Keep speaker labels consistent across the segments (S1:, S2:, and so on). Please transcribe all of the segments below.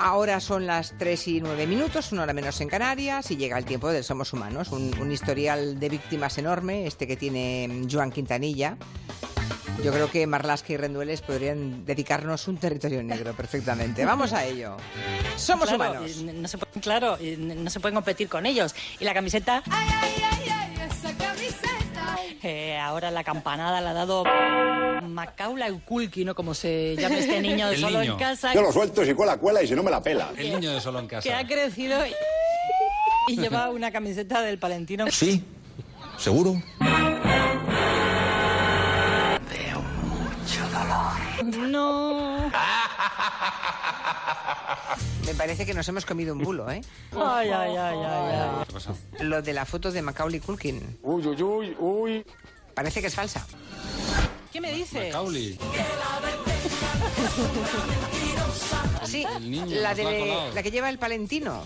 S1: Ahora son las 3 y 9 minutos, una hora menos en Canarias, y llega el tiempo del Somos Humanos, un, un historial de víctimas enorme, este que tiene Joan Quintanilla. Yo creo que Marlaska y Rendueles podrían dedicarnos un territorio negro perfectamente. Vamos a ello. Somos
S2: claro,
S1: humanos.
S2: eh, No se, pu- claro, eh, no se pueden competir con ellos. Y la camiseta,
S3: Ay, ay, ay, ay, esa camiseta.
S2: eh, ahora la campanada la ha dado Macaula Ukulki, ¿no? Como se llama este niño
S4: El
S2: solo
S4: niño.
S2: en casa,
S5: Yo lo suelto si cuela, cuela y si no me la pela.
S4: El niño de solo en
S2: que
S4: casa.
S2: ha crecido y, y lleva una camiseta del Palentino.
S6: Sí, seguro.
S2: No.
S1: Me parece que nos hemos comido un bulo, ¿eh?
S2: Ay, ay, ay, ay, ay.
S4: ¿Qué pasa?
S1: Lo de la foto de Macaulay Culkin.
S5: Uy, uy, uy, uy.
S1: Parece que es falsa.
S2: ¿Qué me dices?
S4: Cauli.
S1: Sí,
S4: el niño
S1: la,
S4: nos
S1: de,
S4: la ha colado.
S1: la que lleva el Palentino.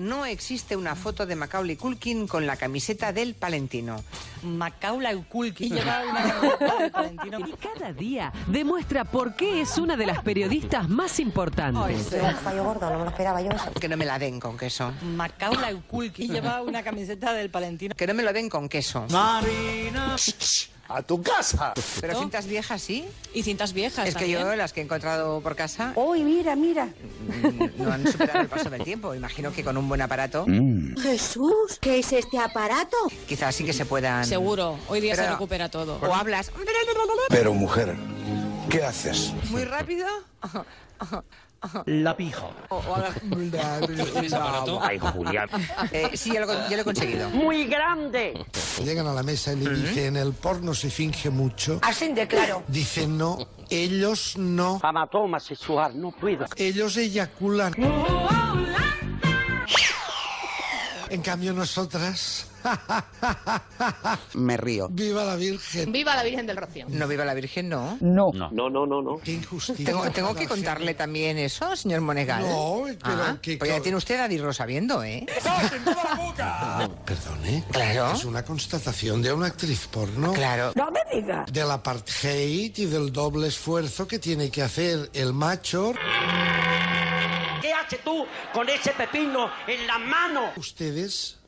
S1: No existe una foto de Macaulay Culkin con la camiseta del Palentino.
S2: Macaula Ukulki lleva una camiseta del Palentino.
S7: Y cada día demuestra por qué es una de las periodistas más importantes.
S8: Fallo gordo, no me lo esperaba yo eso.
S1: Que no me la den con queso.
S2: Macaula Ukulki lleva una camiseta del Palentino.
S1: Que no me lo den con queso.
S5: A tu casa.
S1: Pero cintas viejas sí.
S9: Y cintas viejas.
S1: Es que
S9: también.
S1: yo las que he encontrado por casa
S8: Uy, mira, mira.
S1: mm, no han superado el paso del tiempo. Imagino que con un buen aparato
S8: Jesús, ¿qué es este aparato?
S1: quizás sí que se puedan...
S9: Seguro, hoy día se
S1: Pero-
S9: recupera todo.
S1: O hablas
S6: Pero mujer, ¿qué haces?
S1: muy rápido.
S10: La pija.
S1: O, o hablas-
S4: ¿Tienes aparato?
S1: Eh, sí, ya lo, con- ya lo he conseguido.
S7: Muy grande.
S10: Llegan a la mesa y le dicen, el porno se finge mucho.
S8: Así de claro.
S10: Dicen, no, ellos no.
S7: Amatoma sexual, no puedo.
S10: Ellos eyaculan. En cambio nosotras...
S1: Me río.
S10: ¡Viva la Virgen!
S3: Viva la Virgen del Rocío.
S1: No viva la Virgen, no.
S10: ¡Qué injusticia!
S1: Tengo, tengo que contarle también eso, señor Monegal.
S10: No, pero
S1: Ah,
S10: que-
S1: pues ya tiene usted a irlo sabiendo, ¿eh?
S10: Perdón, ¿eh?
S1: Claro.
S10: Es una constatación de una actriz porno.
S1: Claro.
S10: Del apartheid y del doble esfuerzo que tiene que hacer el macho.
S7: ¿Qué haces tú con ese pepino en la mano?
S10: Ustedes,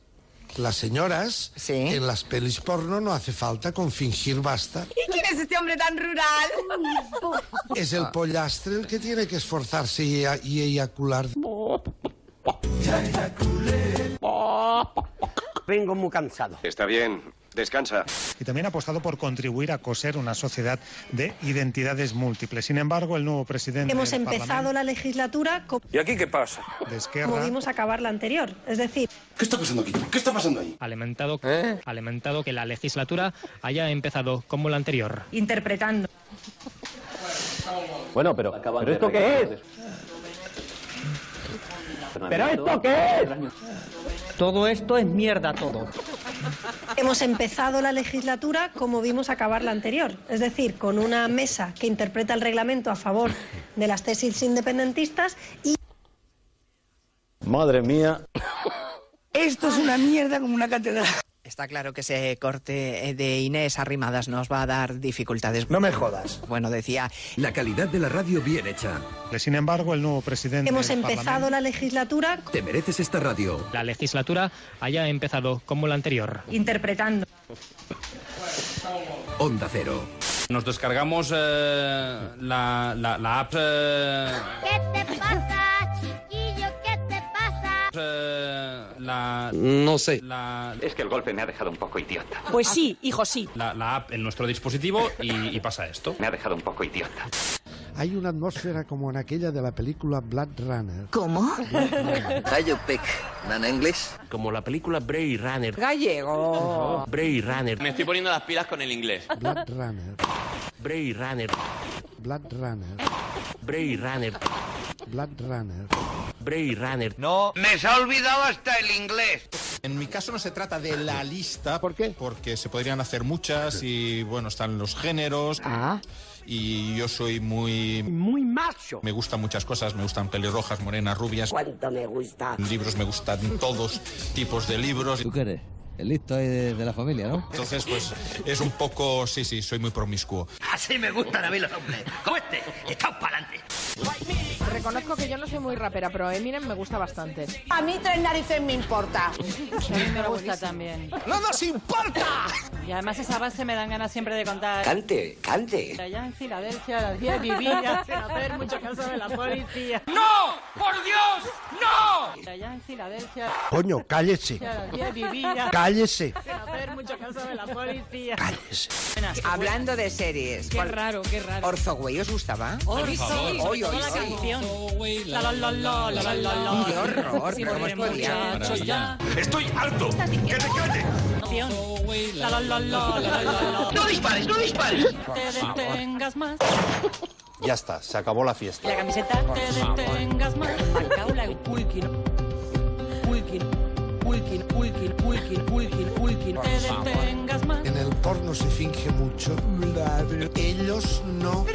S10: las señoras,
S1: Sí.
S10: en las pelis porno no hace falta con fingir basta.
S8: ¿Y quién es este hombre tan rural?
S10: Es
S2: Ah.
S10: el pollastre el que tiene que esforzarse y, ea- y eyacular.
S7: Vengo muy cansado.
S5: Está bien, descansa.
S7: Y también ha apostado por contribuir a coser una sociedad de identidades múltiples. Sin embargo, el nuevo presidente
S8: Hemos empezado la legislatura como
S6: ¿Y aquí qué pasa?
S7: de izquierda
S8: pudimos acabar la anterior. Es decir,
S5: ¿Qué está pasando aquí? ¿Qué está pasando ahí?
S7: alimentado, alimentado que la legislatura haya empezado como la anterior.
S8: interpretando.
S6: Bueno, pero, ¿pero esto qué es? ¿Pero esto qué es?
S7: Todo esto es mierda, todo.
S8: Hemos empezado la legislatura como vimos acabar la anterior. Es decir, con una mesa que interpreta el reglamento a favor de las tesis independentistas y
S6: Madre mía.
S7: Esto es una mierda como una catedral.
S9: Está claro que ese corte eh, de Inés Arrimadas nos va a dar dificultades.
S10: No me jodas.
S9: Bueno, decía,
S6: La calidad de la radio bien hecha.
S7: Sin embargo, el nuevo presidente
S8: hemos
S7: del
S8: empezado la legislatura
S6: Te mereces esta radio.
S7: la legislatura haya empezado como la anterior.
S8: interpretando.
S6: Onda Cero.
S4: Nos descargamos eh, la, la, la app. eh,
S3: ¿Qué te pasa, chiquillo? ¿Qué te pasa?
S4: eh, la,
S6: No sé.
S4: la,
S5: Es que el golpe me ha dejado un poco idiota.
S9: pues sí, hijo, sí.
S4: la, la app en nuestro dispositivo y, y pasa esto.
S5: Me ha dejado un poco idiota.
S10: Hay una atmósfera como en aquella de la película Blood Runner.
S8: ¿Cómo?
S6: Como la película Bray Runner.
S1: Gallego.
S6: Bray Runner.
S7: estoy poniendo las pilas con el inglés.
S10: Blood Runner.
S6: Bray Runner.
S10: Blood Runner.
S6: Bray Runner.
S10: Blood Runner.
S6: Bray Runner.
S7: En mi caso no se trata de la lista. ¿Por qué? Porque se podrían hacer muchas y, bueno, están los géneros. Y yo soy muy... Muy macho. Me gustan muchas cosas. Me gustan pelirrojas, morenas, rubias.
S8: ¿Cuánto me gusta?
S7: Libros me gustan todos tipos de libros.
S6: ¿Tú qué eres? El listo ahí de, de la familia, ¿no?
S7: Entonces, pues, es un poco... Sí, sí, soy muy promiscuo.
S1: Reconocido
S11: reconozco que yo no soy muy rapera, pero Eminem me gusta bastante.
S12: A mí tres narices me importa.
S2: A mí me gusta también.
S12: ¡No nos importa!
S2: Y además esa base me dan ganas siempre de contar.
S12: Cante, cante.
S2: Allá en Filadelfia, la vida vivir, sin hacer mucho caso de la policía.
S12: ¡No! ¡Por Dios! ¡No!
S2: Allá en Filadelfia,
S13: Coño, cállese.
S2: la vida vivir,
S13: Cállese.
S2: sin hacer mucho caso de la policía.
S1: Hablando de series. Qué
S2: raro, qué raro.
S1: ¿Orzogüey os gustaba?
S2: Oy,
S1: Oy,
S2: sí, sobre
S1: oy,
S2: todo la
S1: sí.
S2: canción.
S1: la,
S2: La, la, la, la, la, la, la.
S1: Qué horror,
S2: Sí,
S1: pero ¿cómo
S2: porque
S1: os podía?
S2: muchachos, ya.
S1: Estoy harto.
S2: Canción. La, la, la, la, la, la, la.
S12: ¡No dispares, no dispares!
S2: Te detengas más.
S14: Ya está, se acabó la fiesta.
S2: La camiseta te detengas más. Macaula y Pulkin. Pulkin. Pulkin, Pulkin, Pulkin, Pulkin, Pulkin. Te detengas más.
S10: En el porno se finge mucho. Ellos no.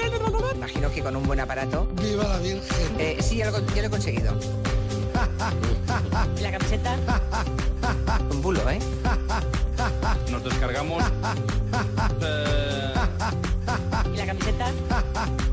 S1: Imagino que con un buen aparato.
S10: ¡Viva la Virgen!
S1: Eh, sí, ya lo, yo lo he conseguido.
S2: La camiseta.
S1: Un bulo, ¿eh?
S4: Nos descargamos. eh,
S2: La camiseta.
S1: ¿eh?
S4: eh,